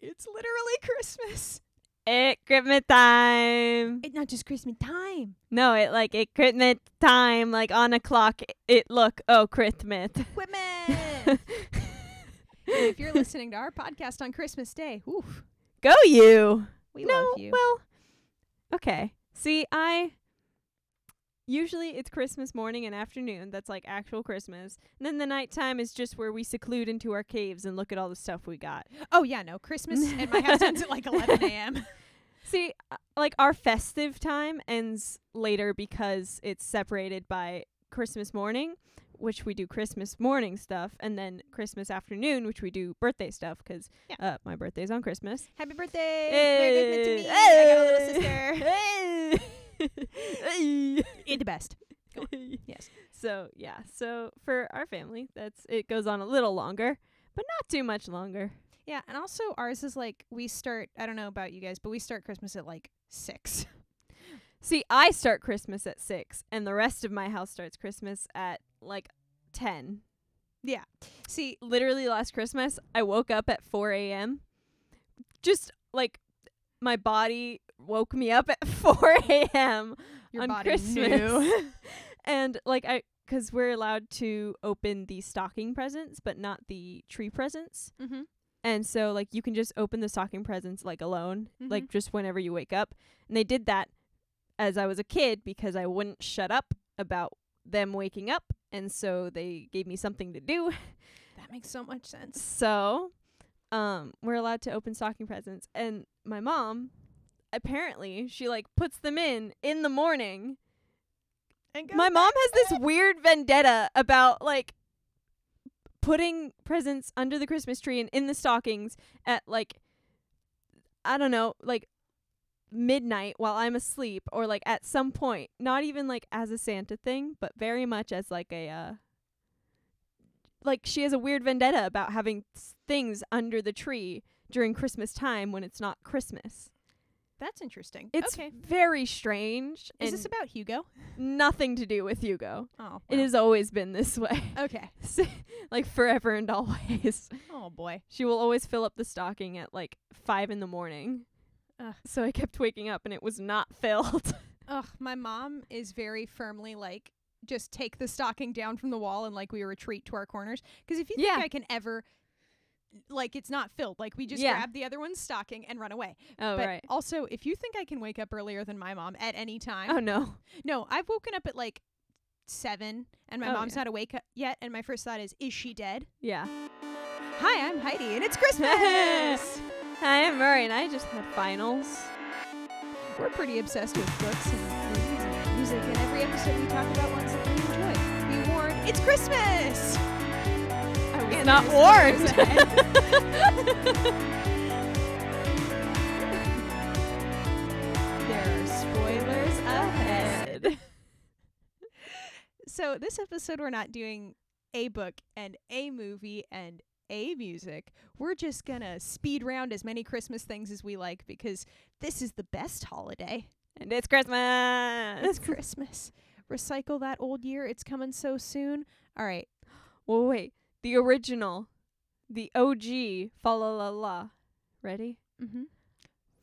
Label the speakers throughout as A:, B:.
A: It's literally Christmas.
B: It Christmas time.
A: It's not just Christmas time.
B: No, it like it Christmas time. Like on a clock, it look oh Christmas.
A: Women. if you're listening to our podcast on Christmas Day, oof,
B: Go you.
A: we
B: no,
A: love you.
B: well, okay. See, I usually it's Christmas morning and afternoon. That's like actual Christmas. And then the nighttime is just where we seclude into our caves and look at all the stuff we got.
A: oh yeah, no Christmas and my house ends at like 11 a.m.
B: See, uh, like our festive time ends later because it's separated by Christmas morning, which we do Christmas morning stuff, and then Christmas afternoon, which we do birthday stuff 'cause
A: Yeah.
B: uh, my birthday's on Christmas.
A: Happy birthday, Merry Christmas to me. I got a little sister.
B: little
A: You're the best.
B: sister.
A: Yes.
B: so yeah, so for our family, that's it goes on a little longer, but not too much longer.
A: Yeah, and also ours is like we start. I don't know about you guys, but we start Christmas at like six.
B: See, I start Christmas at six, and the rest of my house starts Christmas at like ten.
A: See,
B: Literally last Christmas, I woke up at four a.m. Just like my body woke me up at four a.m.
A: your
B: on
A: body
B: Christmas,
A: knew.
B: and like I, because we're allowed to open the stocking presents, but not the tree presents.
A: mm-hmm.
B: And so like you can just open the stocking presents like alone,
A: Mhm.
B: like just whenever you wake up. And they did that as I was a kid because I wouldn't shut up about them waking up, and so they gave me something to do.
A: That makes so much sense.
B: So, um we're allowed to open stocking presents and my mom apparently she like puts them in in the morning.
A: And
B: My mom has this weird vendetta about like putting presents under the Christmas tree and in the stockings at like I don't know, like midnight while I'm asleep or like at some point, not even like as a Santa thing, but very much as like a uh like she has a weird vendetta about having s- things under the tree during Christmas time when it's not Christmas.
A: That's interesting.
B: It's
A: okay.
B: very strange.
A: Is
B: and
A: this about Hugo?
B: nothing to do with Hugo?
A: Oh,
B: It
A: wow.
B: has always been this way.
A: Okay.
B: like forever and always.
A: Oh boy.
B: She will always fill up the stocking at like five in the morning.
A: Ugh.
B: So I kept waking up and it was not filled.
A: Ugh, my mom is very firmly like just take the stocking down from the wall and like we retreat to our corners. 'Cause if you
B: Yeah.
A: think I can ever like it's not filled, like we just
B: Yeah.
A: grab the other one's stocking and run away.
B: oh
A: but
B: right.
A: also, if you think I can wake up earlier than my mom at any time,
B: Oh no.
A: no, I've woken up at like seven and my
B: Oh,
A: mom's
B: yeah.
A: not awake yet. And my first thought is, is she dead?
B: Yeah.
A: Hi, I'm Heidi and it's Christmas.
B: Hi, I'm Murray and I just had finals.
A: We're pretty obsessed with books and movies and music, and every episode we talk about one something we enjoy. Be warned, it's Christmas!
B: I was
A: And
B: not
A: there's
B: warned.
A: there are spoilers ahead.
B: Ahead.
A: So, this episode, we're not doing a book and a movie and a music. We're just gonna speed round as many Christmas things as we like because this is the best holiday.
B: And it's Christmas.
A: It's Christmas. Recycle that old year. It's coming so soon. All right.
B: Well, wait. The original, the OG, fa la la la. Ready?
A: Mm-hmm.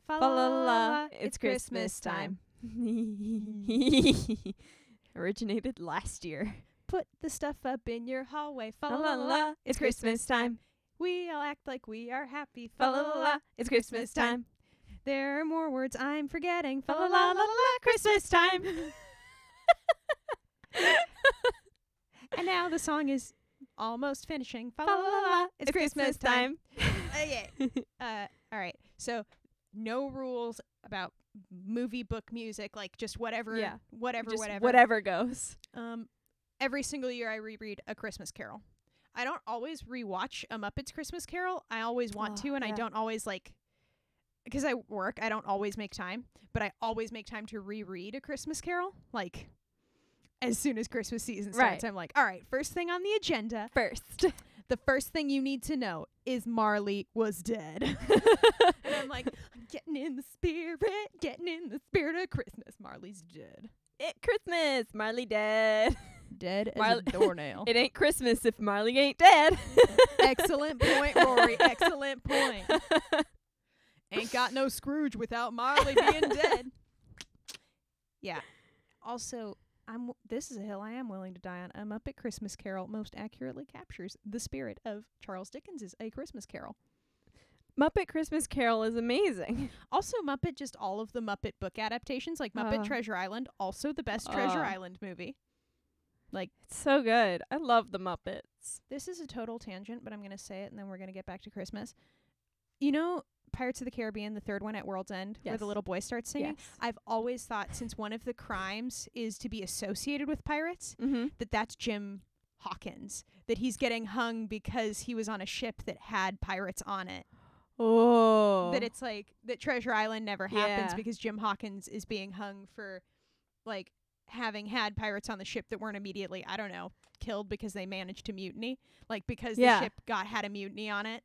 B: Fa la la la. It's Christmas time. Originated last year.
A: Put the stuff up in your hallway. Fa
B: Fa la la. It's Christmas time.
A: We all act like we are happy.
B: Fa la la la. It's Christmas time.
A: There are more words I'm forgetting.
B: Fa la la la la. Christmas time.
A: And now the song is almost finishing. Fa
B: Fa la la la.
A: It's Christmas time. Okay.
B: time.
A: Uh, all right. So no rules about movie, book, music, like just whatever,
B: Yeah.
A: whatever,
B: Just
A: whatever.
B: whatever goes.
A: Um, every single year I reread A Christmas Carol. I don't always rewatch A Muppets Christmas Carol. I always want
B: Oh,
A: to, and I
B: yeah.
A: don't always like because I work. I don't always make time, but I always make time to reread A Christmas Carol. Like as soon as Christmas season starts,
B: Right.
A: I'm like, all right, first thing on the agenda.
B: First.
A: The first thing you need to know is Marley was dead. and I'm like, I'm getting in the spirit, getting in the spirit of Christmas. Marley's dead,
B: It Christmas. Marley dead.
A: dead as
B: Marley-
A: a doornail.
B: It ain't Christmas if Marley ain't dead.
A: Excellent point, Rory. Excellent point. got no Scrooge without Marley being dead. Yeah. Also, I'm w- this is a hill I am willing to die on. I'm up at Christmas Carol most accurately captures the spirit of Charles Dickens's A Christmas Carol.
B: Muppet Christmas Carol is amazing.
A: Also, Muppet just all of the Muppet book adaptations, like Muppet
B: Ugh.
A: Treasure Island, also the best Treasure
B: Ugh.
A: Island movie.
B: It's so good. I love the Muppets.
A: This is a total tangent, but I'm going to say it and then we're going to get back to Christmas. You know, Pirates of the Caribbean, the third one at World's End, where the
B: Yes.
A: little boy starts singing? I've always thought since one of the crimes is to be associated with pirates,
B: Mm-hmm.
A: that that's Jim Hawkins, that he's getting hung because he was on a ship that had pirates on it.
B: Oh.
A: That it's like that Treasure Island never happens
B: Yeah.
A: because Jim Hawkins is being hung for like having had pirates on the ship that weren't immediately, I don't know, killed because they managed to mutiny, like because
B: Yeah.
A: the ship got had a mutiny on it.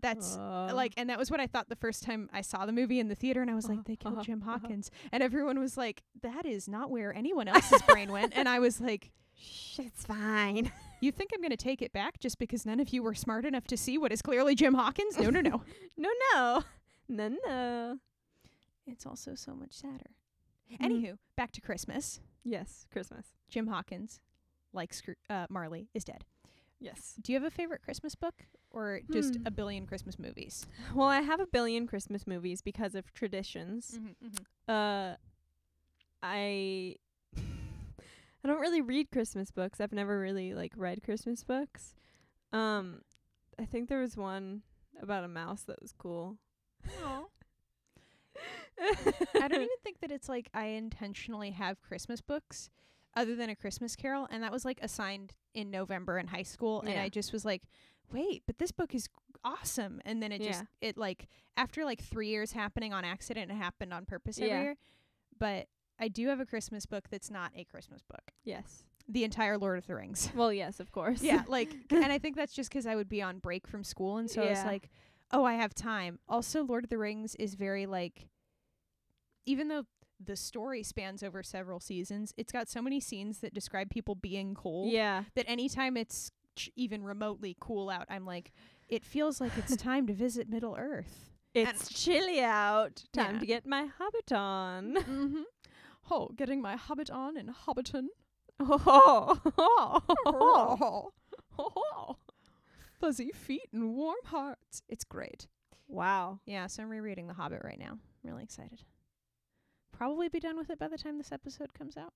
A: That's like and that was what I thought the first time I saw the movie in the theater and I was
B: Uh-huh,
A: like they killed
B: uh-huh,
A: Jim
B: uh-huh.
A: Hawkins and everyone was like that is not where anyone else's brain went and I was like
B: Oh. shit's fine.
A: you think I'm going to take it back just because none of you were smart enough to see what is clearly Jim Hawkins no no no
B: No, no. No, no.
A: it's also so much sadder
B: Mhm.
A: anywho back to Christmas
B: Yes, Christmas.
A: Jim Hawkins like Scroo- uh, Marley is dead
B: Yes.
A: do you have a favorite Christmas book or just
B: Hmm.
A: a billion Christmas movies
B: Well, I have a billion Christmas movies because of traditions.
A: Mm-hmm, Mm.
B: Uh, I I don't really read Christmas books. I've never really like read Christmas books. Um, I think there was one about a mouse that was cool.
A: I don't e-, even think that it's like I intentionally have Christmas books other than a Christmas carol and that was like assigned in November in high school and
B: Yeah.
A: I just was like wait but this book is awesome and then it just it like after like 3 years happening on accident it happened on purpose every
B: Yeah.
A: year but I do have a Christmas book that's not a Christmas book
B: yes.
A: the entire Lord of the Rings
B: Well, yes, of course.
A: yeah like and I think that's just 'cause I would be on break from school and so I was
B: Yeah.
A: like oh I have time also Lord of the Rings is very like even though the story spans over several seasons it's got so many scenes that describe people being cold
B: yeah.
A: that anytime it's ch- even remotely cool out I'm like it feels like it's time to visit Middle Earth
B: It's chilly out. Time
A: Yeah.
B: to get my hobbit on.
A: mm-hmm. oh getting my hobbit on in Hobbiton
B: Oh.
A: fuzzy feet and warm hearts it's great
B: wow.
A: Yeah, so I'm rereading The Hobbit right now. I'm really excited. Probably be done with it by the time this episode comes out.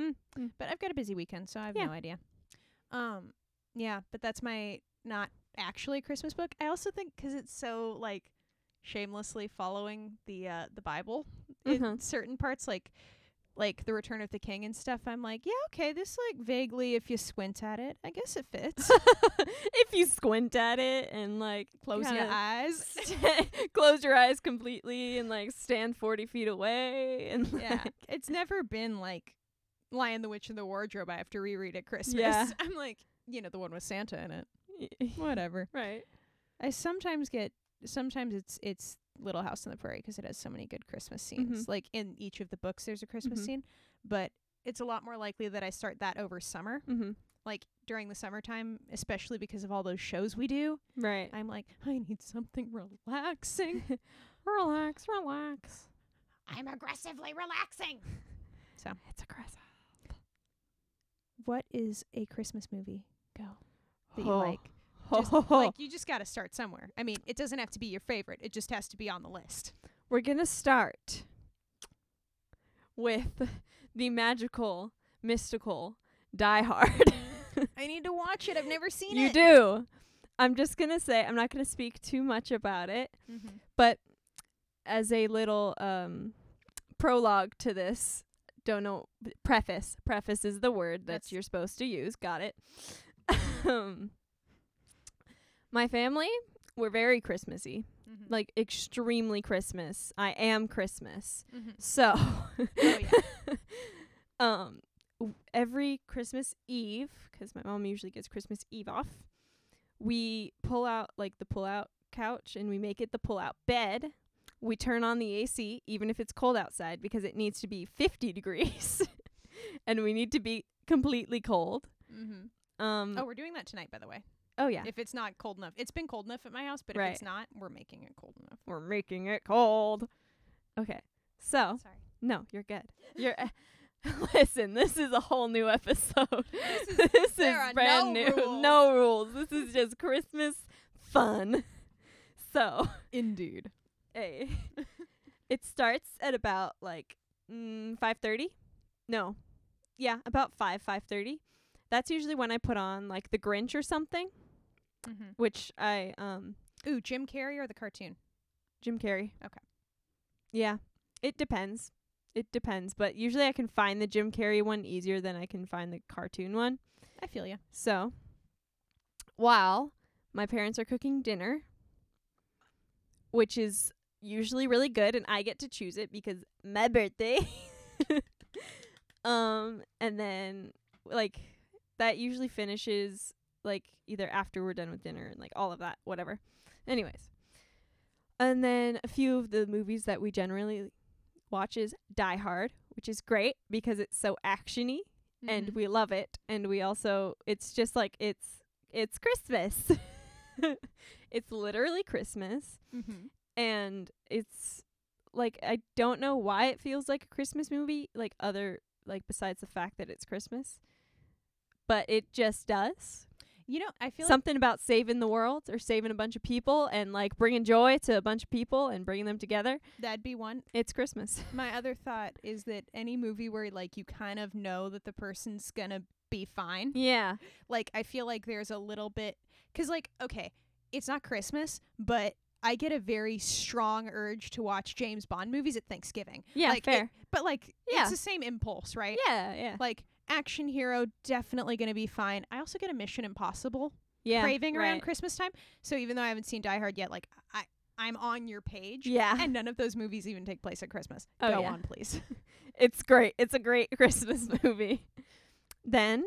B: Mm, mm.
A: But I've got a busy weekend, so I have
B: Yeah.
A: no idea. Um, yeah, but that's my not actually a Christmas book. I also think 'cause it's so like shamelessly following the uh the Bible in
B: Mhm.
A: certain parts, like like the Return of the King and stuff. I'm like, yeah, okay, this like vaguely, if you squint at it, I guess it fits.
B: if you squint at it and like
A: Close your
B: kinda
A: eyes.
B: st- close your eyes completely and like stand 40 feet away and
A: yeah.
B: like-
A: It's never been like Lion the Witch and the Wardrobe I have to reread at Christmas.
B: Yeah.
A: I'm like, you know, the one with Santa in it. Whatever.
B: right
A: I sometimes get sometimes it's it's Little House on the Prairie 'cause it has so many good Christmas scenes.
B: Mhm.
A: Like in each of the books there's a Christmas
B: Mhm.
A: scene, but it's a lot more likely that I start that over summer.
B: mm-hmm.
A: Like during the summertime, especially because of all those shows we do,
B: right
A: I'm like, I need something relaxing.
B: relax relax
A: I'm aggressively relaxing.
B: it's aggressive
A: What is a Christmas movie? Go. That you
B: Oh.
A: like. Just, like you just got to start somewhere. I mean, it doesn't have to be your favorite. It just has to be on the list.
B: we're gonna start with the magical mystical die hard
A: I need to watch it. I've never seen
B: you do i'm just gonna say i'm not gonna speak too much about it
A: Mm-hmm.
B: but as a little um prologue to this don't know preface preface is the word that
A: That's-
B: you're supposed to use got it um my family were very christmassy
A: Mm-hmm.
B: like extremely christmas i am christmas
A: Mm-hmm.
B: so
A: Oh,
B: um w- every christmas eve because my mom usually gets christmas eve off we pull out like the pull out couch and we make it the pull out bed we turn on the ac even if it's cold outside because it needs to be 50 degrees and we need to be completely cold um
A: Mm-hmm. Oh, we're doing that tonight, by the way.
B: Oh yeah.
A: If it's not cold enough, it's been cold enough at my house, but if it's not, we're making it cold enough.
B: We're making it cold. Okay. So,
A: Sorry.
B: no, you're good. You're Listen, this is a whole new episode.
A: This is-
B: This is
A: there are
B: brand
A: no
B: new.
A: rules.
B: No rules. This is just Christmas fun. So,
A: Indeed.
B: Hey. it starts at about like mm, 5:30. No. Yeah, about 5 5:30. That's usually when I put on like The Grinch or something,
A: Mm-hmm.
B: which I um
A: Ooh, Jim Carrey or the cartoon?
B: Jim Carrey.
A: Okay.
B: Yeah. It depends. It depends, but usually I can find the Jim Carrey one easier than I can find the cartoon one.
A: I feel you.
B: So, while my parents are cooking dinner, which is usually really good, and I get to choose it because my birthday. um, and then like that usually finishes like either after we're done with dinner and like all of that, whatever. Anyways, and then a few of the movies that we generally watch is Die Hard, which is great because it's so actiony
A: Mm-hmm.
B: and we love it and we also it's just like it's it's christmas it's literally christmas
A: hmm
B: and it's like i don't know why it feels like a christmas movie like other like besides the fact that it's christmas but it just does
A: You know, I feel
B: something about saving the world or saving a bunch of people and like bringing joy to a bunch of people and bringing them together
A: like that'd be one.
B: it's christmas
A: My other thought is that any movie where like you kind of know that the person's gonna be fine,
B: yeah
A: like I feel like there's a little bit cuz like okay, it's not Christmas, but I get a very strong urge to watch James Bond movies at Thanksgiving.
B: yeah
A: Like, it-
B: fair
A: But like
B: Yeah.
A: it's the same impulse, right?
B: yeah yeah
A: Like action hero definitely going to be fine. I also get a Mission Impossible
B: yeah
A: craving around
B: right.
A: Christmas time. So even though I haven't seen Die Hard yet, like I I'm on your page.
B: yeah
A: And none of those movies even take place at Christmas.
B: Oh,
A: Go
B: yeah.
A: on, please.
B: It's great. It's a great Christmas movie. Then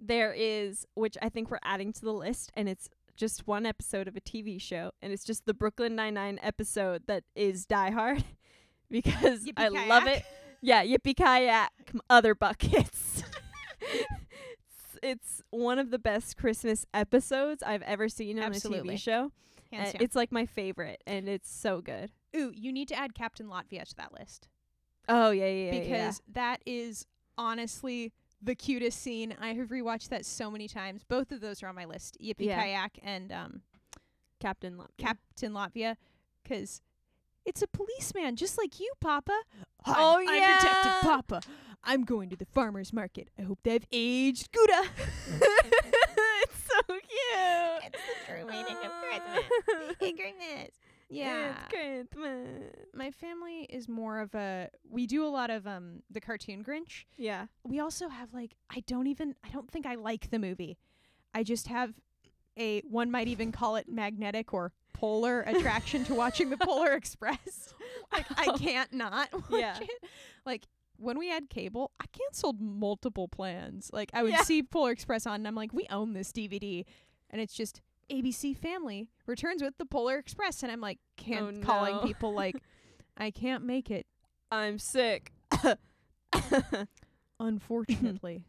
B: there is, which I think we're adding to the list, and it's just one episode of a TV show, and it's just the Brooklyn Nine Nine episode that is Die Hard because I love
A: Yippee-ki-yay.
B: it. Yeah, yippee kayak, other buckets. It's- it's one of the best Christmas episodes I've ever seen on a
A: Absolutely.
B: TV show.
A: Hands
B: Uh,
A: down.
B: It's like my favorite, and it's so good.
A: Ooh, you need to add Captain Latvia to that list
B: Oh yeah, yeah, yeah. yeah.
A: because that is honestly the cutest scene. I have rewatched that so many times. Both of those are on my list. Yippee
B: Yeah.
A: Kayak and um,
B: Captain Lump.
A: Captain Latvia, 'cause it's a policeman just like you, Papa. Hi,
B: Oh,
A: I'm Detective
B: yeah.
A: Papa. I'm going to the farmer's market. I hope they've aged Gouda.
B: it's so cute. It's
A: the true meaning of
B: Christmas.
A: Christmas. Yeah.
B: It's Christmas.
A: My family is more of a we do a lot of um the cartoon Grinch.
B: Yeah.
A: We also have like I don't even I don't think I like the movie. I just have a one might even call it magnetic or polar attraction to watching the Polar Express. like I
B: Wow.
A: can't not watch
B: Oh. Yeah.
A: it. Like when we had cable, I canceled multiple plans. Like I would
B: Yeah.
A: see Polar Express on and I'm like, we own this DVD and it's just ABC Family returns with the Polar Express and I'm like can't
B: Oh,
A: calling
B: no.
A: people like I can't make it
B: I'm sick.
A: unfortunately.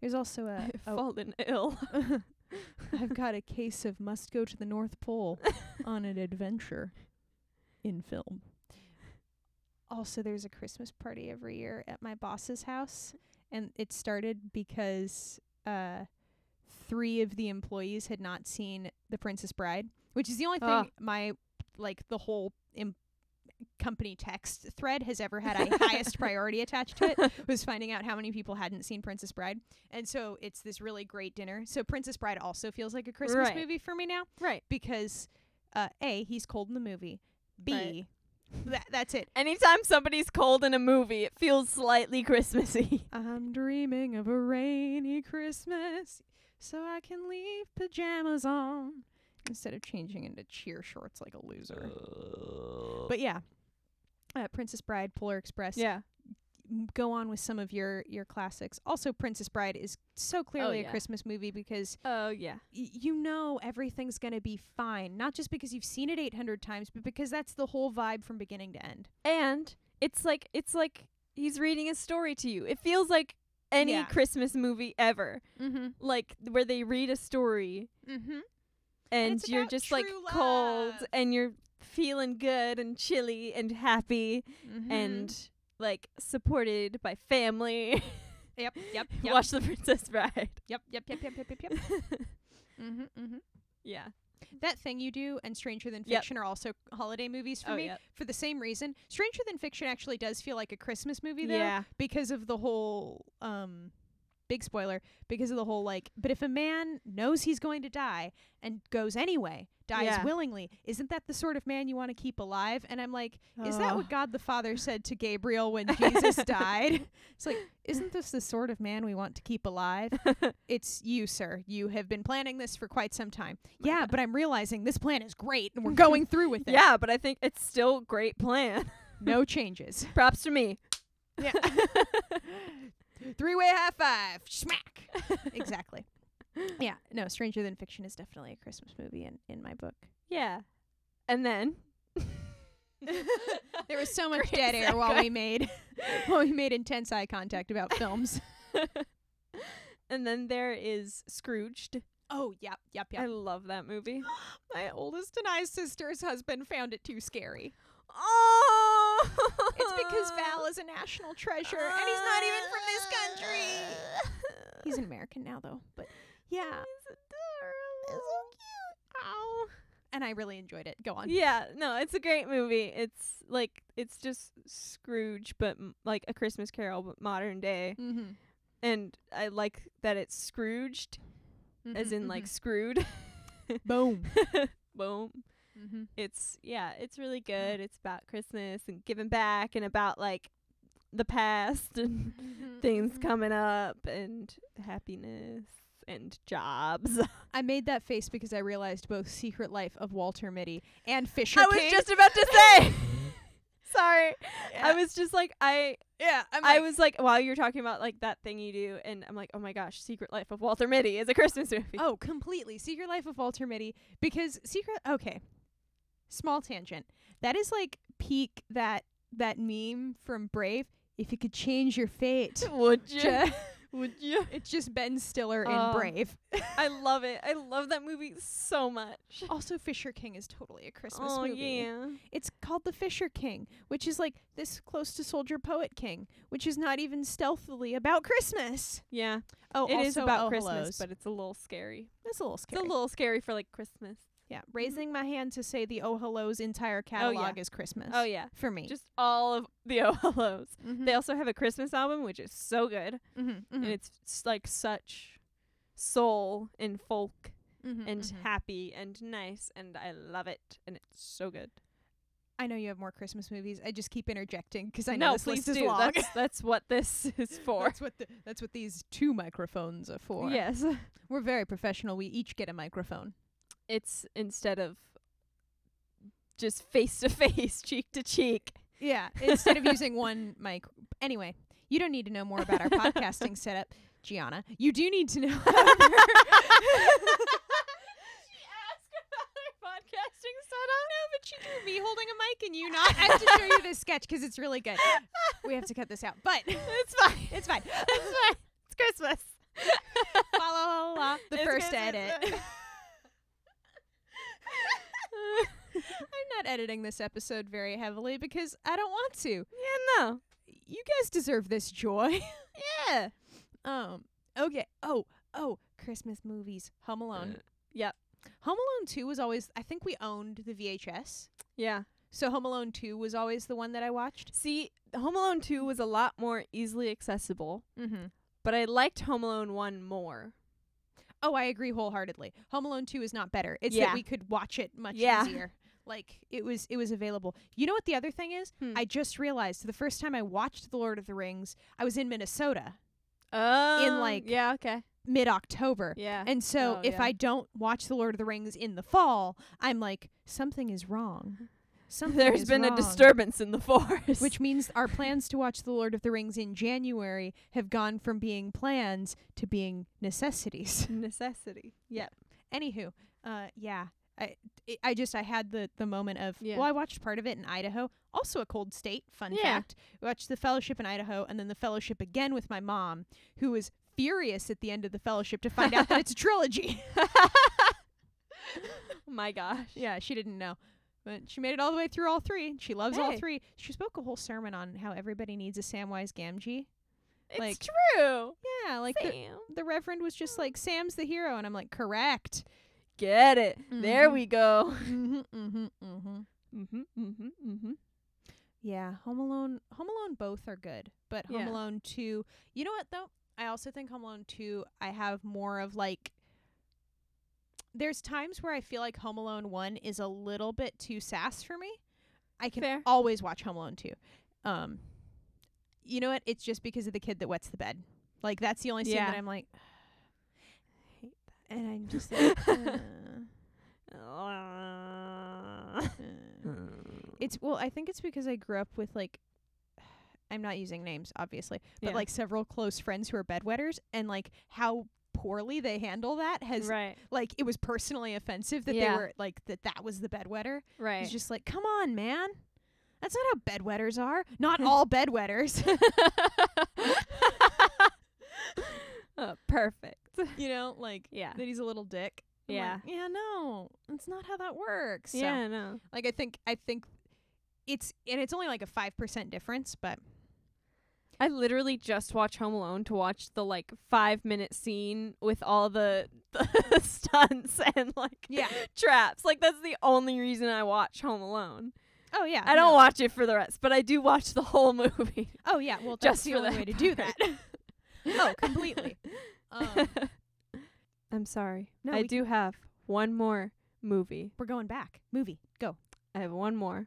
A: There's also a
B: I've
A: a-
B: fallen ill.
A: I've got a case of must go to the North Pole on an adventure in film. Also, there's a Christmas party every year at my boss's house, and it started because uh, three of the employees had not seen The Princess Bride, which is the only thing
B: Ah.
A: my like the whole im- company text thread has ever had a highest priority attached to it was finding out how many people hadn't seen Princess Bride. And so it's this really great dinner. So Princess Bride also feels like a Christmas
B: Right.
A: movie for me now
B: right.
A: because uh, A, he's cold in the movie. B, that, that's it.
B: Anytime somebody's cold in a movie, it feels slightly Christmassy.
A: I'm dreaming of a rainy Christmas so I can leave pajamas on instead of changing into cheer shorts like a loser. But yeah. Uh, Princess Bride, Polar Express.
B: yeah.
A: m- Go on with some of your your classics. Also, Princess Bride is so clearly a
B: Oh, yeah.
A: Christmas movie because
B: Oh yeah.
A: y- you know everything's going to be fine, not just because you've seen it 800 times, but because that's the whole vibe from beginning to end.
B: And it's like it's like he's reading a story to you. It feels like any
A: Yeah.
B: Christmas movie ever.
A: Mm-hmm.
B: Like where they read a story
A: Mm-hmm.
B: and,
A: it's
B: you're
A: about
B: just like
A: true
B: cold
A: love.
B: and you're feeling good and chilly and happy
A: mm-hmm.
B: and like supported by family.
A: yep, yep, yep,
B: Watch The Princess Bride.
A: yep, yep, yep, yep, yep, yep, yep. mm-hmm, mm-hmm.
B: yeah.
A: That thing you do and Stranger Than
B: Yep.
A: Fiction are also holiday movies for
B: Oh
A: me
B: yep.
A: for the same reason. Stranger Than Fiction actually does feel like a Christmas movie though
B: yeah.
A: because of the whole um big spoiler because of the whole like but if a man knows he's going to die and goes anyway dies
B: Yeah.
A: willingly isn't that the sort of man you want to keep alive and i'm like is that
B: Oh.
A: what god the father said to gabriel when jesus died it's like isn't this the sort of man we want to keep alive it's you sir you have been planning this for quite some time yeah but i'm realizing this plan is great and we're going through with it
B: Yeah, but I think it's still a great plan.
A: no changes
B: Props to me.
A: Yeah. Three way high five. Smack. exactly. Yeah. No, Stranger Than Fiction is definitely a Christmas movie in, in my book.
B: Yeah. And then
A: There was so much
B: Great
A: dead air while we made while we made intense eye contact about films.
B: and then there is Scrooged.
A: oh, yep, yep,
B: I love that movie.
A: my oldest and I sister's husband found it too scary.
B: Oh,
A: It's because Val is a national treasure and he's not even from this country. He's an American now though, but yeah.
B: adorable.
A: Ow. And I really enjoyed it. Go on.
B: Yeah, no, it's a great movie. It's like it's just Scrooge, but m- like a Christmas Carol, but modern day.
A: Mm-hmm.
B: And I like that it's Scrooged,
A: Mm-hmm,
B: as in like screwed.
A: boom.
B: Boom.
A: Mm-hmm.
B: it's yeah, it's really good. It's about Christmas and giving back and about like the past and things coming up and happiness and jobs.
A: I made that face because I realized both Secret Life of Walter Mitty and Fisher
B: I was
A: King.
B: just about to say. Sorry. I
A: Yeah.
B: was just like I
A: yeah, I'm
B: I was like while you're talking about like that thing you do and I'm like, "Oh my gosh, Secret Life of Walter Mitty is a Christmas movie."
A: oh completely Secret Life of Walter Mitty because Secret okay, small tangent that is like peak that that meme from Brave. If you could change your fate,
B: Oh, Would you?
A: Ju-
B: Would you?
A: it's just Ben Stiller in
B: Oh.
A: Brave.
B: I love it. I love that movie so much.
A: Also, Fisher King is totally a Christmas
B: oh
A: movie.
B: yeah.
A: It's called The Fisher King, which is like this close to Soldier Poet King, which is not even stealthily about Christmas.
B: Yeah.
A: Oh,
B: It is
A: also
B: about
A: Oh
B: Christmas,
A: Hellos.
B: but it's a little scary.
A: That's a little scary.
B: It's a little scary for like Christmas.
A: yeah, raising my hand to say the Oh Hello's entire catalog is Christmas.
B: Oh yeah,
A: for me.
B: just all of the Oh Hellos.
A: mm-hmm.
B: They also have a Christmas album, which is so good, and
A: Mm.
B: it's s- like such soul and folk
A: Mm-hmm.
B: and happy and nice, and I love it, and it's so good.
A: I know you have more Christmas movies. I just keep interjecting because I know this
B: please
A: list is
B: do.
A: long.
B: That's that's what this is for.
A: That's what the, that's what these two microphones are for.
B: yes,
A: we're very professional. We each get a microphone.
B: it's instead of just face to face, cheek to cheek.
A: Yeah, instead of using one mic. Anyway, you don't need to know more about our podcasting setup, Gianna. You do need to know. however-
B: she asked about her podcasting setup. No, but she drew
A: me holding a mic and you not. I have to show you this sketch 'cause it's really good. We have to cut this out, but
B: It's fine.
A: it's fine.
B: It's fine. It's Christmas.
A: Follow along. The
B: It's
A: first
B: Christmas.
A: edit. I'm not editing this episode very heavily because I don't want to.
B: yeah, no.
A: You guys deserve this joy.
B: Yeah.
A: Um. Okay. Oh. Oh. Christmas movies. Home Alone.
B: Uh, yep.
A: Home Alone Two was always. I think we owned the VHS.
B: Yeah.
A: So Home Alone 2 was always the one that I watched.
B: See, Home Alone 2 was a lot more easily accessible,
A: Mm-hmm.
B: but I liked Home Alone 1 more.
A: Oh, I agree wholeheartedly. Home Alone 2 is not better. It's
B: Yeah.
A: that we could watch it much
B: Yeah.
A: easier. Like it was it was available. You know what the other thing is?
B: Hmm.
A: I just realized the first time I watched The Lord of the Rings, I was in Minnesota
B: Oh.
A: like-
B: Yeah, okay.
A: mid-October.
B: Yeah.
A: And so
B: Oh,
A: if
B: yeah.
A: I don't watch The Lord of the Rings in the fall, I'm like something is wrong. Something
B: There's
A: is
B: been a
A: wrong."
B: disturbance in the forest.
A: Which means our plans to watch The Lord of the Rings in January have gone from being plans to being necessities.
B: necessity. Yep.
A: Anywho, uh, yeah, I it, I just I had the the moment of
B: Yeah.
A: well I watched part of it in Idaho, also a cold state. Fun
B: Yeah.
A: fact: watched the Fellowship in Idaho, and then the Fellowship again with my mom, who was furious at the end of the Fellowship to find out that it's a trilogy.
B: Oh my gosh.
A: yeah, she didn't know. But she made it all the way through all three. and She loves all
B: Hey.
A: three. She spoke a whole sermon on how everybody needs a Samwise Gamgee.
B: It's
A: Like-
B: true.
A: Yeah, like the,
B: Sam.
A: the Reverend was just like Sam's the hero, and I'm like, correct.
B: Get it. There
A: Mhm.
B: we go.
A: mm-hmm, mm-hmm, mm-hmm.
B: Mm-hmm, mm-hmm, mm-hmm.
A: Yeah, Home Alone, Home Alone both are good, but Home
B: Yeah.
A: Alone 2, you know what though? I also think Home Alone 2 I have more of like there's times where I feel like Home Alone 1 is a little bit too sass for me. I can
B: Fair.
A: always watch Home Alone 2. Um you know what? It's just because of the kid that wets the bed. Like that's the only scene
B: Yeah.
A: that I'm like
B: hate
A: and I'm just like uh, uh. It's well, I think it's because I grew up with like I'm not using names obviously, but
B: Yeah.
A: like several close friends who are bedwetters and like how poorly they handle that has
B: right,
A: like it was personally offensive that
B: Yeah.
A: they were like that that was the bedwetter.
B: right.
A: It's just like, "Come on, man. That's not how bedwetters are. Not all bedwetters."
B: Uh, perfect.
A: you know, like
B: Yeah.
A: that he's a little dick. I'm
B: Yeah.
A: like, yeah, no. That's not how that works. So,
B: Yeah, no.
A: Like I think I think it's and it's only like a 5% difference, but
B: I literally just watch Home Alone to watch the like five minute scene with all the, the stunts and like
A: yeah.
B: traps. Like that's the only reason I watch Home Alone.
A: Oh yeah.
B: I don't
A: no.
B: watch it for the rest, but I do watch the whole movie.
A: Oh yeah, well that's
B: Just
A: the
B: for
A: only
B: that
A: way to do that.
B: part.
A: oh, completely. Um,
B: I'm sorry.
A: No,
B: I
A: we
B: do have one more movie.
A: we're going back. Movie, go.
B: I have one more.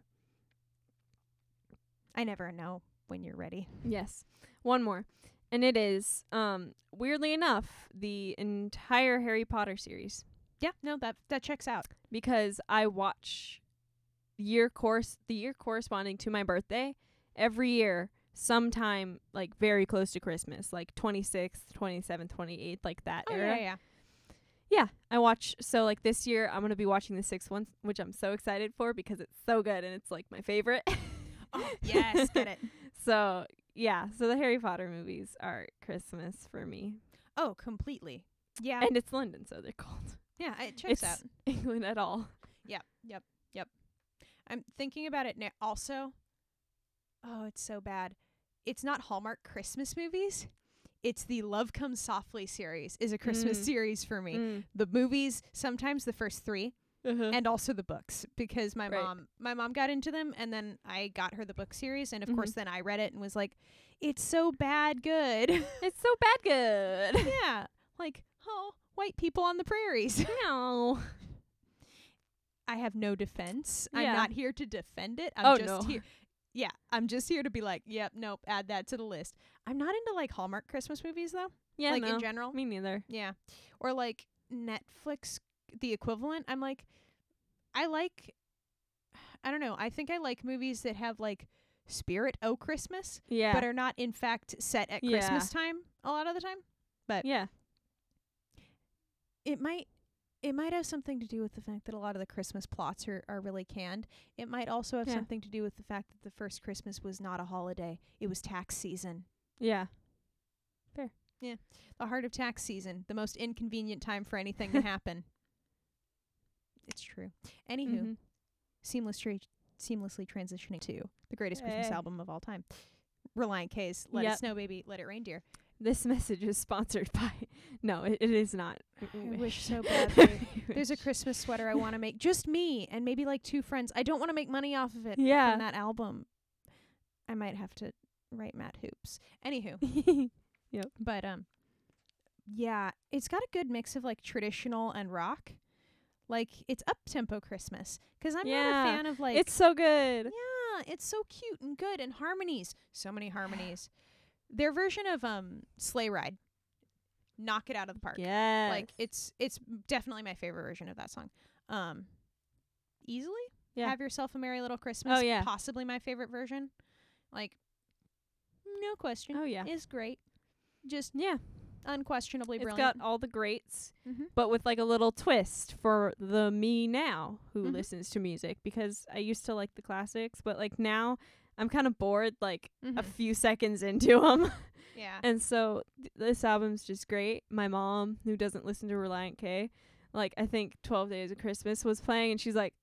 A: I never know when you're ready.
B: Yes. One more. And it is, um, weirdly enough, the entire Harry Potter series
A: Yeah, no, that that checks out.
B: because I watch year course the year corresponding to my birthday every year sometime like very close to Christmas, like 26th, 27th, 28th, like that
A: Oh
B: era.
A: yeah, yeah.
B: Yeah, I watch. So like this year, I'm gonna be watching the sixth one, which I'm so excited for because it's so good and it's like my favorite.
A: Oh, yes, get it.
B: so yeah, so the Harry Potter movies are Christmas for me,
A: Oh, completely. Yeah,
B: and it's London, so they're called
A: yeah, it checks
B: it's-
A: out.
B: England at all.
A: Yep, yep, yep. I'm thinking about it now. Also, oh, it's so bad. It's not Hallmark Christmas movies. It's the Love Comes Softly series is a Christmas
B: Mm.
A: series for me. The movies, sometimes the first three,
B: Uh-huh.
A: and also the books because my
B: Right.
A: mom my mom got into them and then I got her the book series and of course
B: Mhm.
A: then I read it and was like it's so bad good.
B: It's so bad good.
A: yeah. Like, oh, white people on the prairies.
B: no.
A: I have no defense.
B: Yeah.
A: I'm not here to defend it. I'm
B: Oh,
A: just
B: no.
A: here Yeah, I'm just here to be like, yep, nope, add that to the list. I'm not into like Hallmark Christmas movies though.
B: Yeah,
A: like
B: no.
A: in general.
B: me neither.
A: Yeah. Or like Netflix the equivalent. I'm like I like I don't know. I think I like movies that have like spirit o Christmas
B: Yeah,
A: but are not in fact set at
B: Yeah.
A: Christmas time a lot of the time.
B: yeah,
A: It might it might have something to do with the fact that a lot of the Christmas plots are, are really canned. It might also have
B: Yeah.
A: something to do with the fact that the first Christmas was not a holiday. It was tax season.
B: yeah.
A: The heart of tax season, the most inconvenient time for anything to happen. It's true. Anywho,
B: Mhm.
A: seamless tra- seamlessly transitioning to the greatest
B: Hey.
A: Christmas album of all time. Reliant K's Let
B: Eh. Yep.
A: It Snow Baby, Let It Rain Dear.
B: This message is sponsored by. No, it, it is not.
A: I wish so badly. There's a Christmas sweater I want to make. Just me and maybe like two friends. I don't want to make money off of it
B: Yeah.
A: from that album. I might have to write Matt Hoops. Anywho, but um yeah, it's got a good mix of like traditional and rock. Like it's up tempo Christmas. 'Cause I'm not
B: Yeah.
A: a fan of like
B: it's so good.
A: Yeah, it's so cute and good and harmonies. So many harmonies. Their version of um Sleigh Ride. Knock it out of the park.
B: Yeah.
A: Like it's it's definitely my favorite version of that song. Um easily?
B: Yeah. Oh,
A: Have yourself a merry little Christmas.
B: yeah.
A: Possibly my favorite version. Like no question.
B: Oh yeah.
A: It's great. Just
B: Yeah.
A: Unquestionably
B: It's
A: brilliant.
B: got all the greats,
A: mm-hmm.
B: but with like a little twist for the me now who
A: Mhm.
B: listens to music because I used to like the classics, but like now I'm kind of bored like
A: Mm-hmm.
B: a few seconds into 'em.
A: yeah.
B: and so th- this album's just great. My mom, who doesn't listen to Reliant K, like I think 12 Days of Christmas was playing and she's like,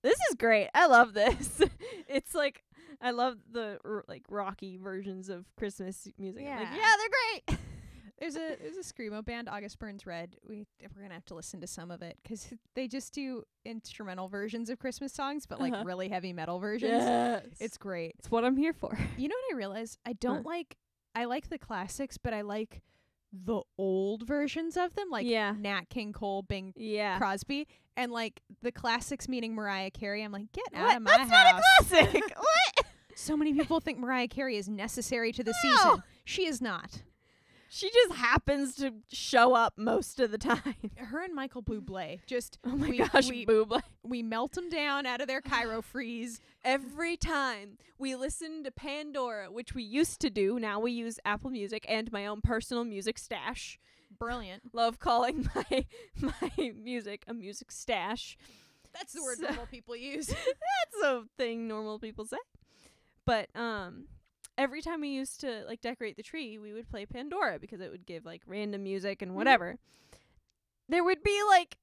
B: "This is great. I love this." it's like I love the r- like rocky versions of Christmas music. I'm like,
A: Yeah.
B: yeah, they're great.
A: There's a there's a screamo band, August Burns Red. We we're gonna have to listen to some of it 'cause they just do instrumental versions of Christmas songs, but like
B: Uh-huh.
A: really heavy metal versions.
B: yes.
A: It's
B: It's
A: great.
B: it's what I'm here for.
A: You know what I realized? I don't like I like the classics, but I like the old versions of them, like
B: yeah.
A: Nat King Cole, Bing
B: Yeah.
A: Crosby, and like the classics meaning Mariah Carey. I'm like, get out
B: What?
A: of my
B: That's
A: house.
B: not a classic. what?
A: so many people think Mariah Carey is necessary to the
B: No.
A: season. She is not.
B: She just happens to show up most of the time.
A: Her and Michael Bublé just
B: Oh my
A: We-
B: gosh,
A: we-
B: boob.
A: we melt them down out of their Cairo freeze.
B: Every time we listen to Pandora, which we used to do, now we use Apple Music and my own personal music stash.
A: Brilliant.
B: Love calling my my music a music stash.
A: That's the word
B: So-
A: normal people use.
B: That's a thing normal people say. But um every time we used to like decorate the tree, we would play Pandora because it would give like random music and whatever. There would be like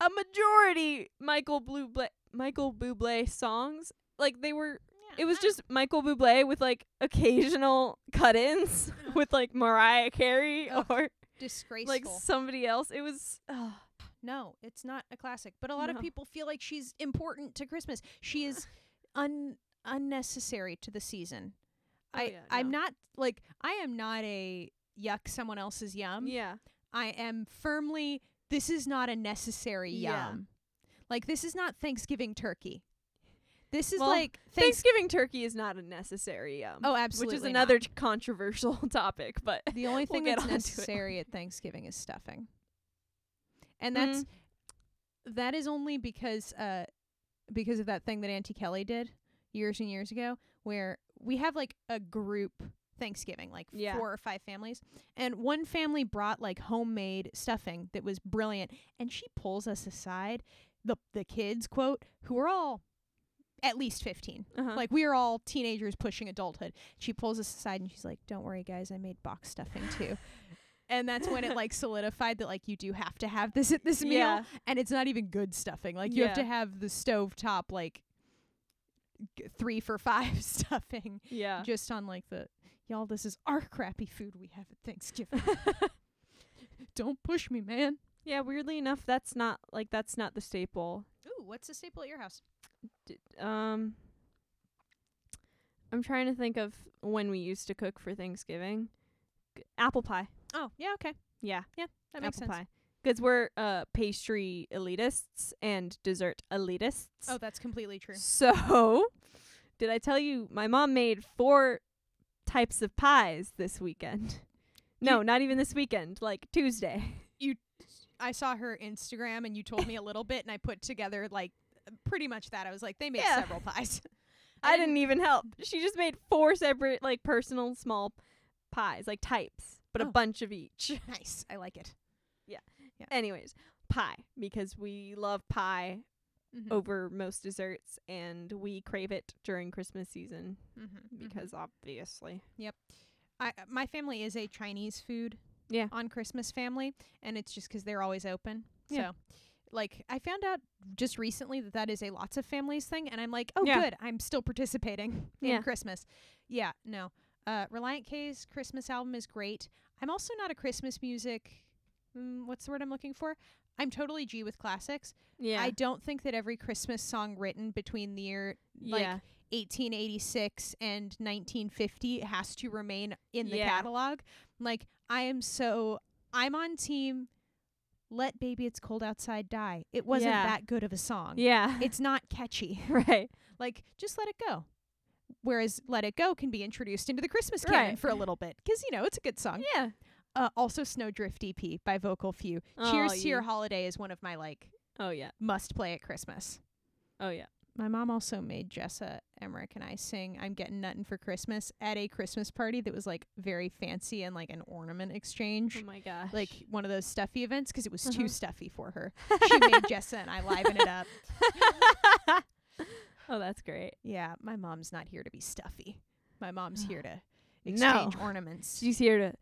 B: a majority Michael Bublé Michael Bublé songs. Like they were it
A: Uh-huh.
B: was just Michael Bublé with like occasional cut-ins
A: Ugh.
B: with like Mariah Carey
A: Ugh.
B: or
A: disgraceful.
B: like somebody else. It was uh,
A: No, it's not a classic. But a lot
B: No.
A: of people feel like she's important to Christmas. She is un unnecessary to the season.
B: Oh,
A: I
B: yeah,
A: I'm
B: no.
A: not like I am not a yuck someone else's yum.
B: yeah,
A: I am firmly this is not a necessary
B: Yeah.
A: yum. Like this is not Thanksgiving turkey. This is
B: Well,
A: like thanks-
B: Thanksgiving turkey is not a necessary um,
A: Oh, absolutely.
B: which is
A: not.
B: another t- controversial topic, but
A: The only thing
B: get
A: that's
B: onto it.
A: necessary at Thanksgiving is stuffing, and
B: Mm-hmm.
A: that's that is only because uh because of that thing that Auntie Kelly did years and years ago, where we have like a group Thanksgiving, like
B: Yeah.
A: four or five families, and one family brought like homemade stuffing that was brilliant, and she pulls us aside, the the kids quote, who are all at least fifteen.
B: uh-huh.
A: Like we are all teenagers pushing adulthood. She pulls us aside and she's like, "Don't worry, guys, I made box stuffing too." and that's when it like solidified that like you do have to have this at this meal,
B: Yeah.
A: and it's not even good stuffing. Like you have to
B: Yeah.
A: have the stove top like g- three for five stuffing,
B: yeah.
A: just on like the y'all. This is our crappy food we have at Thanksgiving. Don't push me, man.
B: yeah, weirdly enough, that's not like that's not the staple.
A: Ooh, what's the staple at your house?
B: Um I'm trying to think of when we used to cook for Thanksgiving. G- Apple pie.
A: Oh yeah, okay,
B: Yeah.
A: that makes
B: apple
A: sense.
B: pie. Because we're uh, pastry elitists and dessert elitists.
A: Oh, that's completely true.
B: So, did I tell you my mom made four types of pies this weekend? No, not even this weekend. Like Tuesday.
A: I saw her Instagram and you told me a little bit, and I put together like pretty much that. I was like, they made
B: Yeah.
A: several pies.
B: I didn't even help. She just made four separate, like personal small pies, like types, but
A: Oh.
B: a bunch of each.
A: nice. I like it.
B: Anyways, pie because we love pie
A: Mm-hmm.
B: over most desserts and we crave it during Christmas season
A: Mm-hmm.
B: because obviously.
A: I, my family is a Chinese food
B: Yeah.
A: on Christmas family, and it's just 'cause they're always open.
B: Yeah.
A: So, like, I found out just recently that that is a lots of families thing, and I'm like, oh,
B: Yeah.
A: good. I'm still participating in
B: Yeah.
A: Christmas. Yeah, no. Uh, Reliant K's Christmas album is great. I'm also not a Christmas music. Mm, what's the word I'm looking for? I'm totally G with classics.
B: Yeah.
A: I don't think that every Christmas song written between the year like
B: yeah.
A: 1886 and 1950 has to remain in the
B: Yeah.
A: catalog. Like I am so I'm on team Let Baby It's Cold Outside Die. It wasn't
B: Yeah.
A: that good of a song.
B: yeah.
A: It's not catchy.
B: right.
A: Like just let it go. Whereas Let It Go can be introduced into the Christmas
B: Right.
A: canon for a little bit cuz you know it's a good song.
B: Yeah.
A: Uh, also Snowdrift EP by Vocal Few.
B: Oh,
A: Cheers to
B: you-
A: Your Holiday is one of my like
B: Oh yeah.
A: must play at Christmas.
B: Oh yeah.
A: My mom also made Jessa, Emmerich, and I sing I'm Getting Nuttin' for Christmas at a Christmas party that was like very fancy and like an ornament exchange.
B: Oh my gosh.
A: Like one of those stuffy events because it was
B: Uh-huh.
A: too stuffy for her. She made Jessa and I liven it up.
B: oh, that's great.
A: Yeah, my mom's not here to be stuffy. My mom's
B: No.
A: here to
B: No.
A: exchange ornaments.
B: She's here to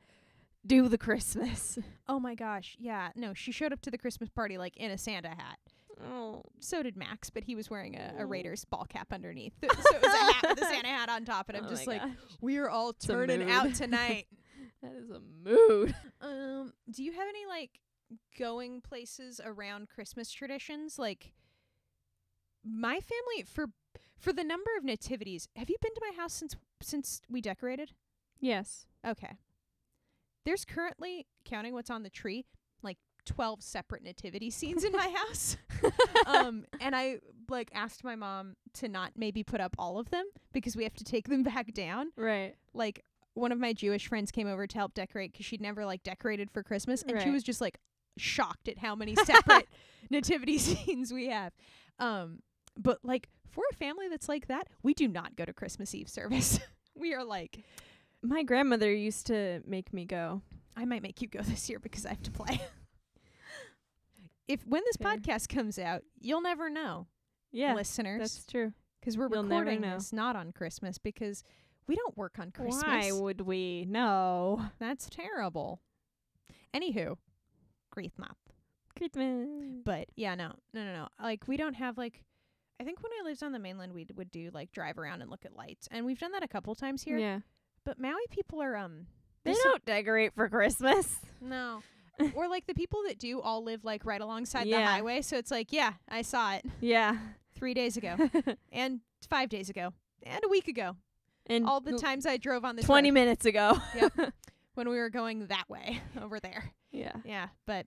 B: do the Christmas.
A: oh my gosh. Yeah. No, she showed up to the Christmas party like in a Santa hat.
B: Oh.
A: So did Max, but he was wearing a, a
B: Oh.
A: Raiders ball cap underneath. So it was a hat with a Santa hat on top. And I'm
B: Oh
A: just
B: my
A: like,
B: gosh.
A: we are all
B: a
A: turning
B: mood.
A: out tonight.
B: that is a mood.
A: um, do you have any like going places around Christmas traditions? Like my family for for the number of nativities. Have you been to my house since since we decorated?
B: Yes.
A: Okay. There's currently, counting what's on the tree, like 12 separate nativity scenes in my house. um, and I like asked my mom to not maybe put up all of them because we have to take them back down.
B: Right.
A: Like one of my Jewish friends came over to help decorate 'cause she'd never like decorated for Christmas and she
B: Right.
A: was just like shocked at how many separate nativity scenes we have. Um, but like for a family that's like that, we do not go to Christmas Eve service. we are like
B: My grandmother used to make me go.
A: I might make you go this year because I have to play. if when this
B: Fair.
A: podcast comes out, you'll never know,
B: Yeah.
A: listeners,
B: That's true.
A: because we're
B: you'll never
A: recording
B: know.
A: this not on Christmas because we don't work on Christmas.
B: Why would we? No.
A: That's terrible. Anywho, grief month.
B: Christmas.
A: But yeah, no, no, no, no. Like we don't have like. I think when I lived on the mainland, we would do like drive around and look at lights, and we've done that a couple times here.
B: Yeah.
A: But Maui people are um.
B: They
A: they're so-
B: don't decorate for Christmas.
A: No. or like the people that do all live like right alongside the
B: Yeah.
A: highway. So it's like, yeah, I saw it
B: Yeah.
A: three days ago and five days ago and a week ago.
B: and
A: All the
B: l-
A: times I drove on this
B: 20
A: road
B: minutes ago.
A: when we were going that way over there.
B: Yeah.
A: Yeah. But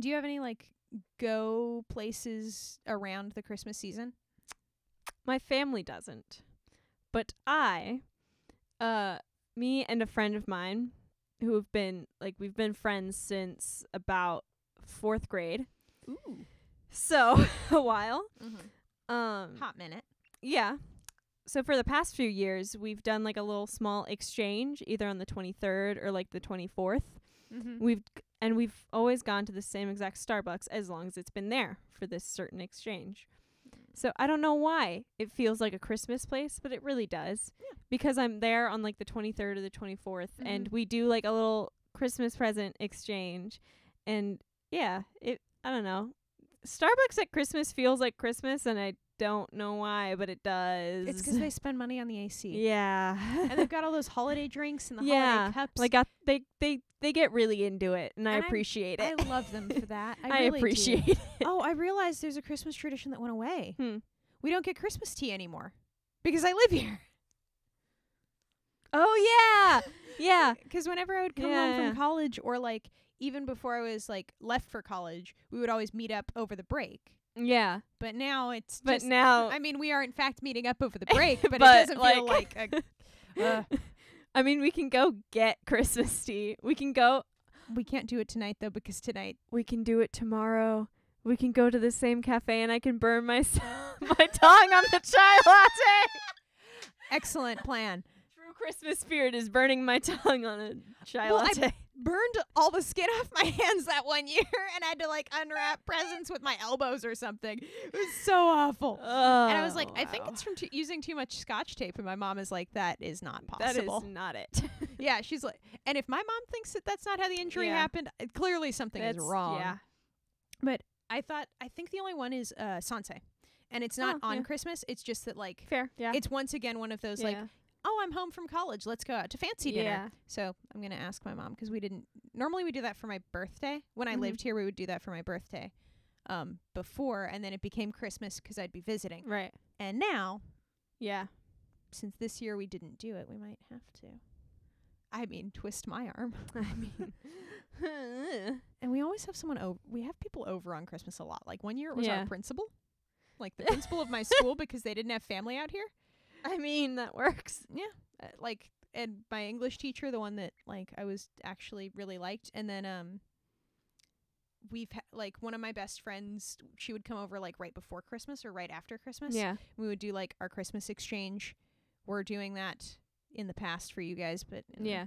A: do you have any like go places around the Christmas season?
B: My family doesn't. But I, uh, me and a friend of mine who have been, like, we've been friends since about fourth grade.
A: Ooh.
B: So a while.
A: Mm-hmm.
B: Um,
A: Hot minute.
B: Yeah. So for the past few years, we've done like a little small exchange, either on the 23rd or like the 24th.
A: Mm-hmm.
B: We've and we've always gone to the same exact Starbucks as long as it's been there for this certain exchange. So I don't know why it feels like a Christmas place, but it really does.
A: Yeah.
B: Because I'm there on like the 23rd or the 24th and
A: Mhm.
B: we do like a little Christmas present exchange and yeah, it I don't know. Starbucks at Christmas feels like Christmas and I don't know why, but it does.
A: It's 'cause they spend money on the AC.
B: Yeah.
A: And they've got all those holiday drinks and the
B: Yeah,
A: holiday cups.
B: like I, they they they get really into it and, I
A: And I'm-
B: appreciate
A: I
B: it.
A: love them for that. I,
B: I,
A: really do.
B: appreciate it.
A: oh, I realized there's a Christmas tradition that went away.
B: Hmm.
A: We don't get Christmas tea anymore because I live here.
B: Oh yeah. Yeah.
A: 'Cause whenever I would come home
B: Yeah, yeah.
A: from college or like even before I was like left for college, we would always meet up over the break.
B: Yeah.
A: But now it's
B: But
A: just
B: now
A: I mean, we are in fact meeting up over the break, but, it
B: Oh. But,
A: doesn't feel
B: like-
A: like a, uh,
B: I mean we can go get Christmas tea. We can go
A: we can't do it tonight though because tonight
B: we can do it tomorrow. We can go to the same cafe and I can burn my s- my tongue on the chai latte.
A: excellent plan.
B: True Christmas spirit is burning my tongue on a chai
A: Well, I-
B: latte.
A: Burned all the skin off my hands that one year and had to like unwrap presents with my elbows or something. It was so awful. And I was like,
B: Oh,
A: I think
B: wow.
A: it's from t- using too much scotch tape. And my mom is like, that is not
B: that is
A: possible.
B: not it.
A: yeah, she's like, and if my mom thinks that that's not how the injury
B: Yeah.
A: happened, uh, clearly something is
B: That's-
A: wrong.
B: Yeah.
A: I thought, I think the only one is uh, Sanse. And it's not
B: Oh,
A: on
B: yeah.
A: Christmas, it's just that, like,
B: Fair. Yeah.
A: it's once again one of those, like,
B: Yeah.
A: oh, I'm home from college. Let's go out to fancy dinner.
B: Yeah.
A: So I'm going to ask my mom because we didn't. Normally, we do that for my birthday. When I
B: Mhm.
A: lived here, we would do that for my birthday um, before. And then it became Christmas 'cause I'd be visiting.
B: Right.
A: And now
B: Yeah.
A: since this year we didn't do it, we might have to. I mean, twist my arm.
B: I mean,
A: And we always have someone over. We have people over on Christmas a lot. Like one year it was
B: Yeah.
A: our principal, like the principal of my school because they didn't have family out here.
B: I mean that works.
A: Uh, like and my English teacher, the one that like I was actually really liked, and then um we've ha- like one of my best friends she would come over like right before christmas or right after christmas
B: Yeah.
A: we would do like our christmas exchange we're doing that in the past for you guys but in the-
B: Yeah.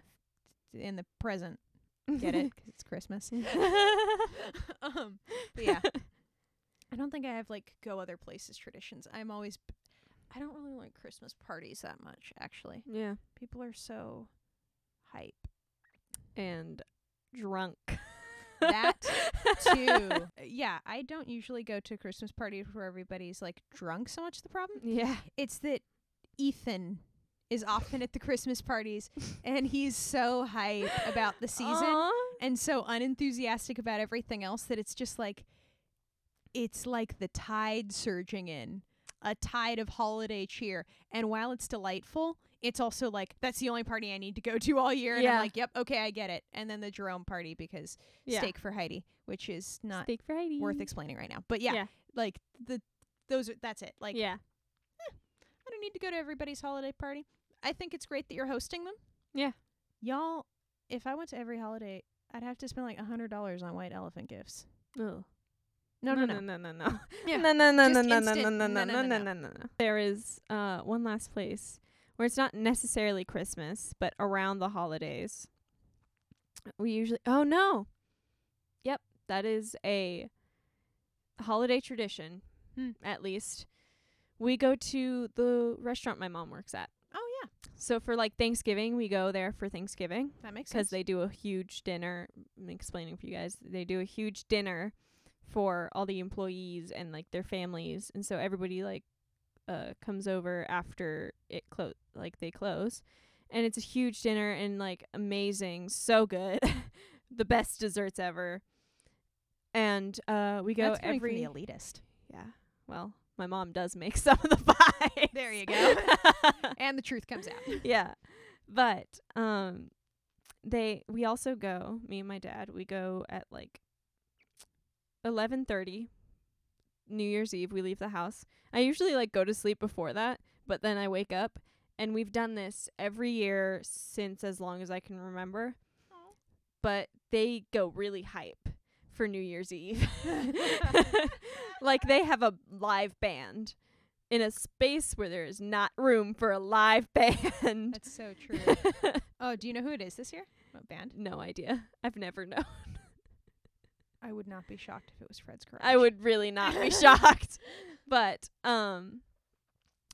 A: in the present get it 'cause it's christmas um but yeah i don't think i have like go other places traditions i'm always i don't really like christmas parties that much actually
B: yeah.
A: people are so hype
B: And drunk.
A: That too yeah i don't usually go to christmas parties where everybody's like drunk so much the problem
B: Yeah.
A: it's that ethan is often at the christmas parties and he's so hype about the season
B: Aw.
A: and so unenthusiastic about everything else that it's just like it's like the tide surging in a tide of holiday cheer and while it's delightful it's also like that's the only party i need to go to all year and i'm
B: Yeah.
A: like yep okay i get it and then the jerome party because
B: Yeah.
A: steak for heidi which is not
B: Steak Friday.
A: worth explaining right now but yeah,
B: Yeah.
A: like the those are that's it like
B: yeah.
A: i don't need to go to everybody's holiday party i think it's great that you're hosting them
B: Yeah.
A: y'all if i went to every holiday i'd have to spend like a hundred dollars on white elephant gifts
B: Ugh.
A: No, no, no.
B: no, no, no.
A: Yeah.
B: No, no, no, no,
A: Just
B: no, no,
A: instant
B: no, no,
A: no, no,
B: no, no,
A: no.
B: no, no. There is uh one last place where it's not necessarily Christmas, but around the holidays. We usually Oh no. Yep, that is a holiday tradition
A: Hmm.
B: at least. We go to the restaurant my mom works at.
A: Oh yeah,
B: So for like Thanksgiving, we go there for Thanksgiving
A: that makes
B: because
A: sense.
B: they do a huge dinner. I'm explaining for you guys, they do a huge dinner for all the employees and like their families, and so everybody like uh comes over after it close, like they close, and it's a huge dinner and like amazing, so good, the best desserts ever, and uh we go
A: That's coming from
B: every
A: the elitist
B: yeah. Well, my mom does make some of the pie.
A: There you go. and the truth comes out.
B: yeah. But um they we also go, me and my dad, we go at like 11:30 New Year's Eve we leave the house. I usually like go to sleep before that, but then I wake up and we've done this every year since as long as I can remember.
A: Aw.
B: But they go really hype for New Year's Eve. like they have a live band in a space where there is not room for a live band.
A: That's so true. oh, do you know who it is this year? What band?
B: no idea. I've never known.
A: I would not be shocked if it was Fred's Garage.
B: I would really not be shocked. But um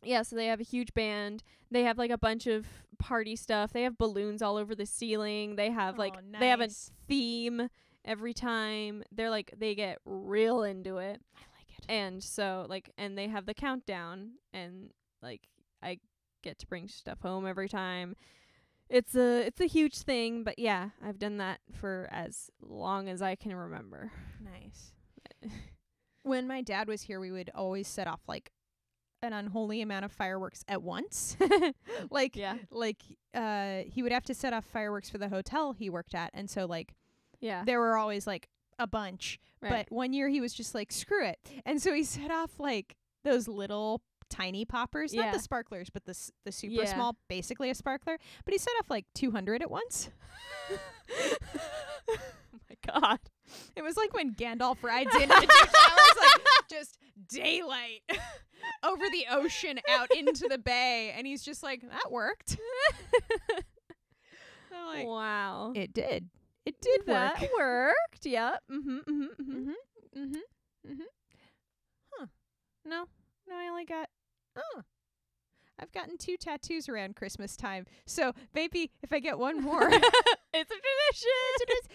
B: yeah, so they have a huge band. They have like a bunch of party stuff. They have balloons all over the ceiling. They have like
A: Aw,
B: they have a
A: nice.
B: theme every time. They're like they get real into it.
A: I like it.
B: And so like and they have the countdown and like I get to bring stuff home every time. It's a it's a huge thing, but yeah, I've done that for as long as I can remember.
A: Nice. when my dad was here, we would always set off like an unholy amount of fireworks at once. like
B: Yeah.
A: like uh he would have to set off fireworks for the hotel he worked at and so like
B: Yeah.
A: there were always like a bunch
B: Right.
A: But one year he was just like, screw it. And so he set off like those little tiny poppers, not
B: Yeah.
A: the sparklers, but the, s- the super
B: Yeah.
A: small, basically a sparkler. But he set off like 200 at once.
B: oh my god.
A: It was like when Gandalf rides into two towers, like just daylight over the ocean out into the bay. And he's just like, that worked. I'm like,
B: wow.
A: it did. It did
B: that
A: work.
B: worked. Yep. Mhm. Mhm. mhm.
A: Mhm. Mhm. Mhm. Huh. No. No, I only got Oh. I've gotten two tattoos around Christmas time. So maybe if I get one more
B: It's a tradition.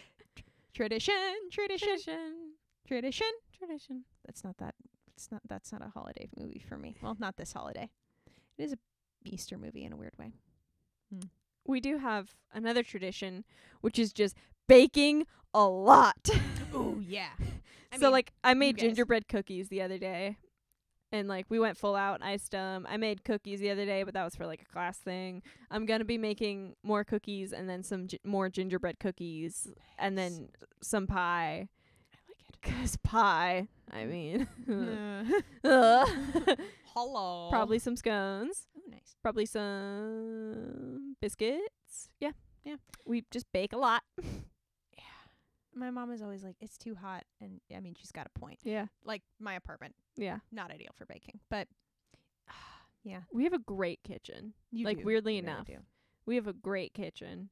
A: tradition, tradition,
B: Tradition.
A: tradition.
B: Tradition.
A: That's not that it's not that's not a holiday movie for me. Well, not this holiday. It is a Easter movie in a weird way.
B: We do have another tradition, which is just baking a lot.
A: Oh yeah.
B: so like I made
A: guys.
B: gingerbread cookies the other day. And like we went full out, iced 'em. I made cookies the other day, but that was for like a class thing. I'm gonna be making more cookies and then some gi- more gingerbread cookies and then some pie.
A: I like
B: Cause pie, I
A: Mm.
B: mean,
A: it.
B: ugh.
A: uh, Hello.
B: probably some scones,
A: Ooh, nice.
B: probably some biscuits. Yeah,
A: Yeah.
B: We just bake a lot.
A: my mom is always like, it's too hot. And I mean, she's got a point.
B: Yeah.
A: Like my apartment,
B: Yeah.
A: not ideal for baking, but yeah,
B: We have a great kitchen.
A: you
B: like
A: do.
B: weirdly
A: You really
B: enough,
A: do.
B: we have a great kitchen,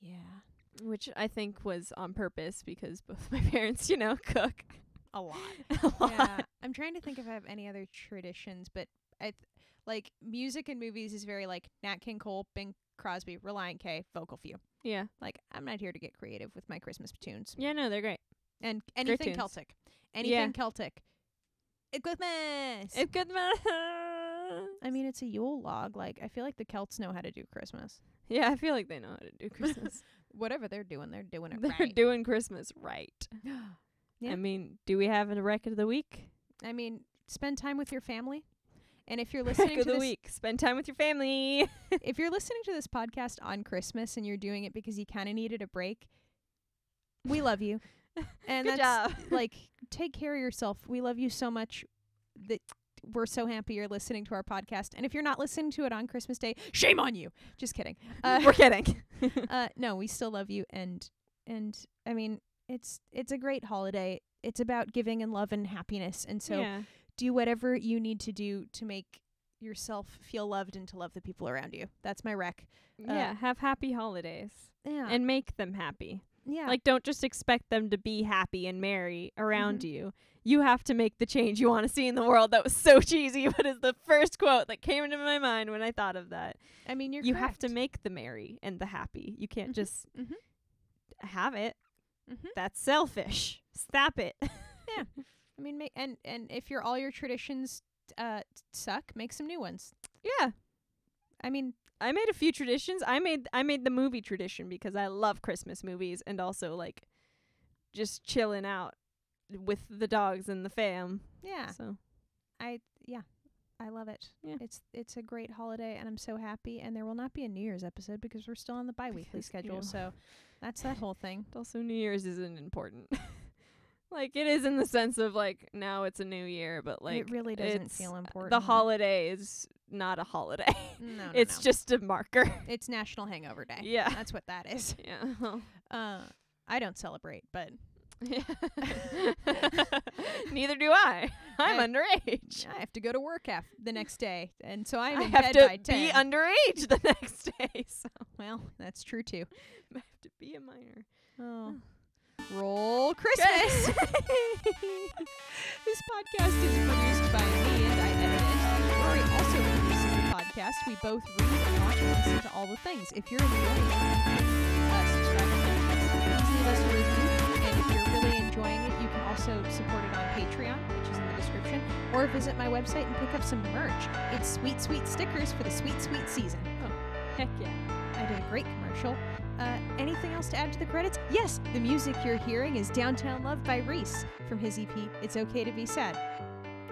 A: Yeah.
B: which I think was on purpose because both my parents, you know, cook
A: A lot.
B: a lot.
A: yeah, I'm trying to think if I have any other traditions, but I th- like music and movies is very like Nat King Cole, Bing Crosby, Reliant K, Vocal Few.
B: Yeah.
A: Like I'm not here to get creative with my Christmas tunes
B: Yeah, no, they're great.
A: and anything
B: tunes.
A: Celtic, anything
B: Yeah.
A: Celtic. Equipment.
B: It's good.
A: I mean, it's a Yule log. Like I feel like the Celts know how to do Christmas.
B: yeah, I feel like they know how to do Christmas.
A: Whatever they're doing, they're doing it
B: they're
A: right.
B: doing Christmas right.
A: Yeah.
B: I mean, do we have a record of the week?
A: I mean, spend time with your family. And if you're listening
B: Wreck of
A: to
B: the
A: this,
B: week. Spend time with your family.
A: if you're listening to this podcast on Christmas and you're doing it because you kind of needed a break, we love you. And
B: Good
A: that's
B: job.
A: like take care of yourself. We love you so much that we're so happy you're listening to our podcast. And if you're not listening to it on Christmas Day, shame on you. Just kidding. Uh,
B: We're kidding.
A: uh, no, we still love you. And and I mean, it's it's a great holiday. It's about giving and love and happiness. And so
B: yeah.
A: do whatever you need to do to make yourself feel loved and to love the people around you. That's my rec.
B: yeah, have happy holidays
A: uh, Yeah.
B: and make them happy.
A: yeah.
B: Like, don't just expect them to be happy and merry around
A: Mm-hmm.
B: you. You have to make the change you want to see in the world. That was so cheesy, but it's the first quote that came into my mind when I thought of that.
A: I mean, you're
B: you have to make the merry and the happy. You can't
A: Mhm,
B: just
A: mhm.
B: have it.
A: Mhm.
B: That's selfish. Stop it.
A: I mean, ma- and and if your all your traditions uh t- suck, make some new ones.
B: yeah.
A: I mean,
B: I made a few traditions. I made I made the movie tradition because I love Christmas movies and also like just chilling out with the dogs and the fam.
A: yeah,
B: So
A: I yeah, I love it.
B: Yeah.
A: It's it's a great holiday, and I'm so happy. And there will not be a New Year's episode because we're still on the biweekly
B: Because, you
A: schedule.
B: know.
A: So that's that whole thing.
B: also New Year's isn't important. like it is in the sense of like now it's a new year, but like
A: it really doesn't
B: it's-
A: feel important.
B: The holiday is not a holiday.
A: No, no,
B: it's
A: no.
B: just a marker.
A: it's National Hangover Day.
B: yeah.
A: That's what that is.
B: Yeah.
A: Uh, I don't celebrate, but
B: Neither do I. I'm
A: I-
B: underage.
A: I have to go to work af- the next day, and so I'm
B: I
A: in
B: have
A: bed by
B: to
A: ten.
B: be underage the next day, so
A: well, that's true too.
B: I have to be a minor.
A: Oh. Roll Christmas. this podcast is produced by me and I edit it. Rory also produces the podcast. We both read and watch and listen to all the things. If you're enjoying uh, subscribe to the podcast, please leave us a review. And if you're really enjoying it, you can also support it on Patreon, which is in the description, or visit my website and pick up some merch. It's sweet, sweet stickers for the sweet, sweet season.
B: Oh, Heck yeah.
A: I did a great commercial. Uh, anything else to add to the credits? Yes, the music you're hearing is Downtown Love by Reese from his EP, It's Okay to Be Sad,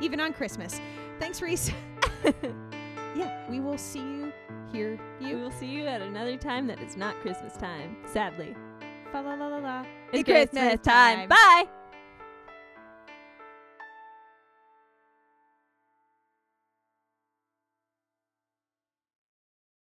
A: even on Christmas. Thanks, Reese. yeah, we will see you, hear
B: We
A: you.
B: will see you at another time that is not Christmas time, sadly.
A: Fa la la la la.
B: It's Christmas time. Bye!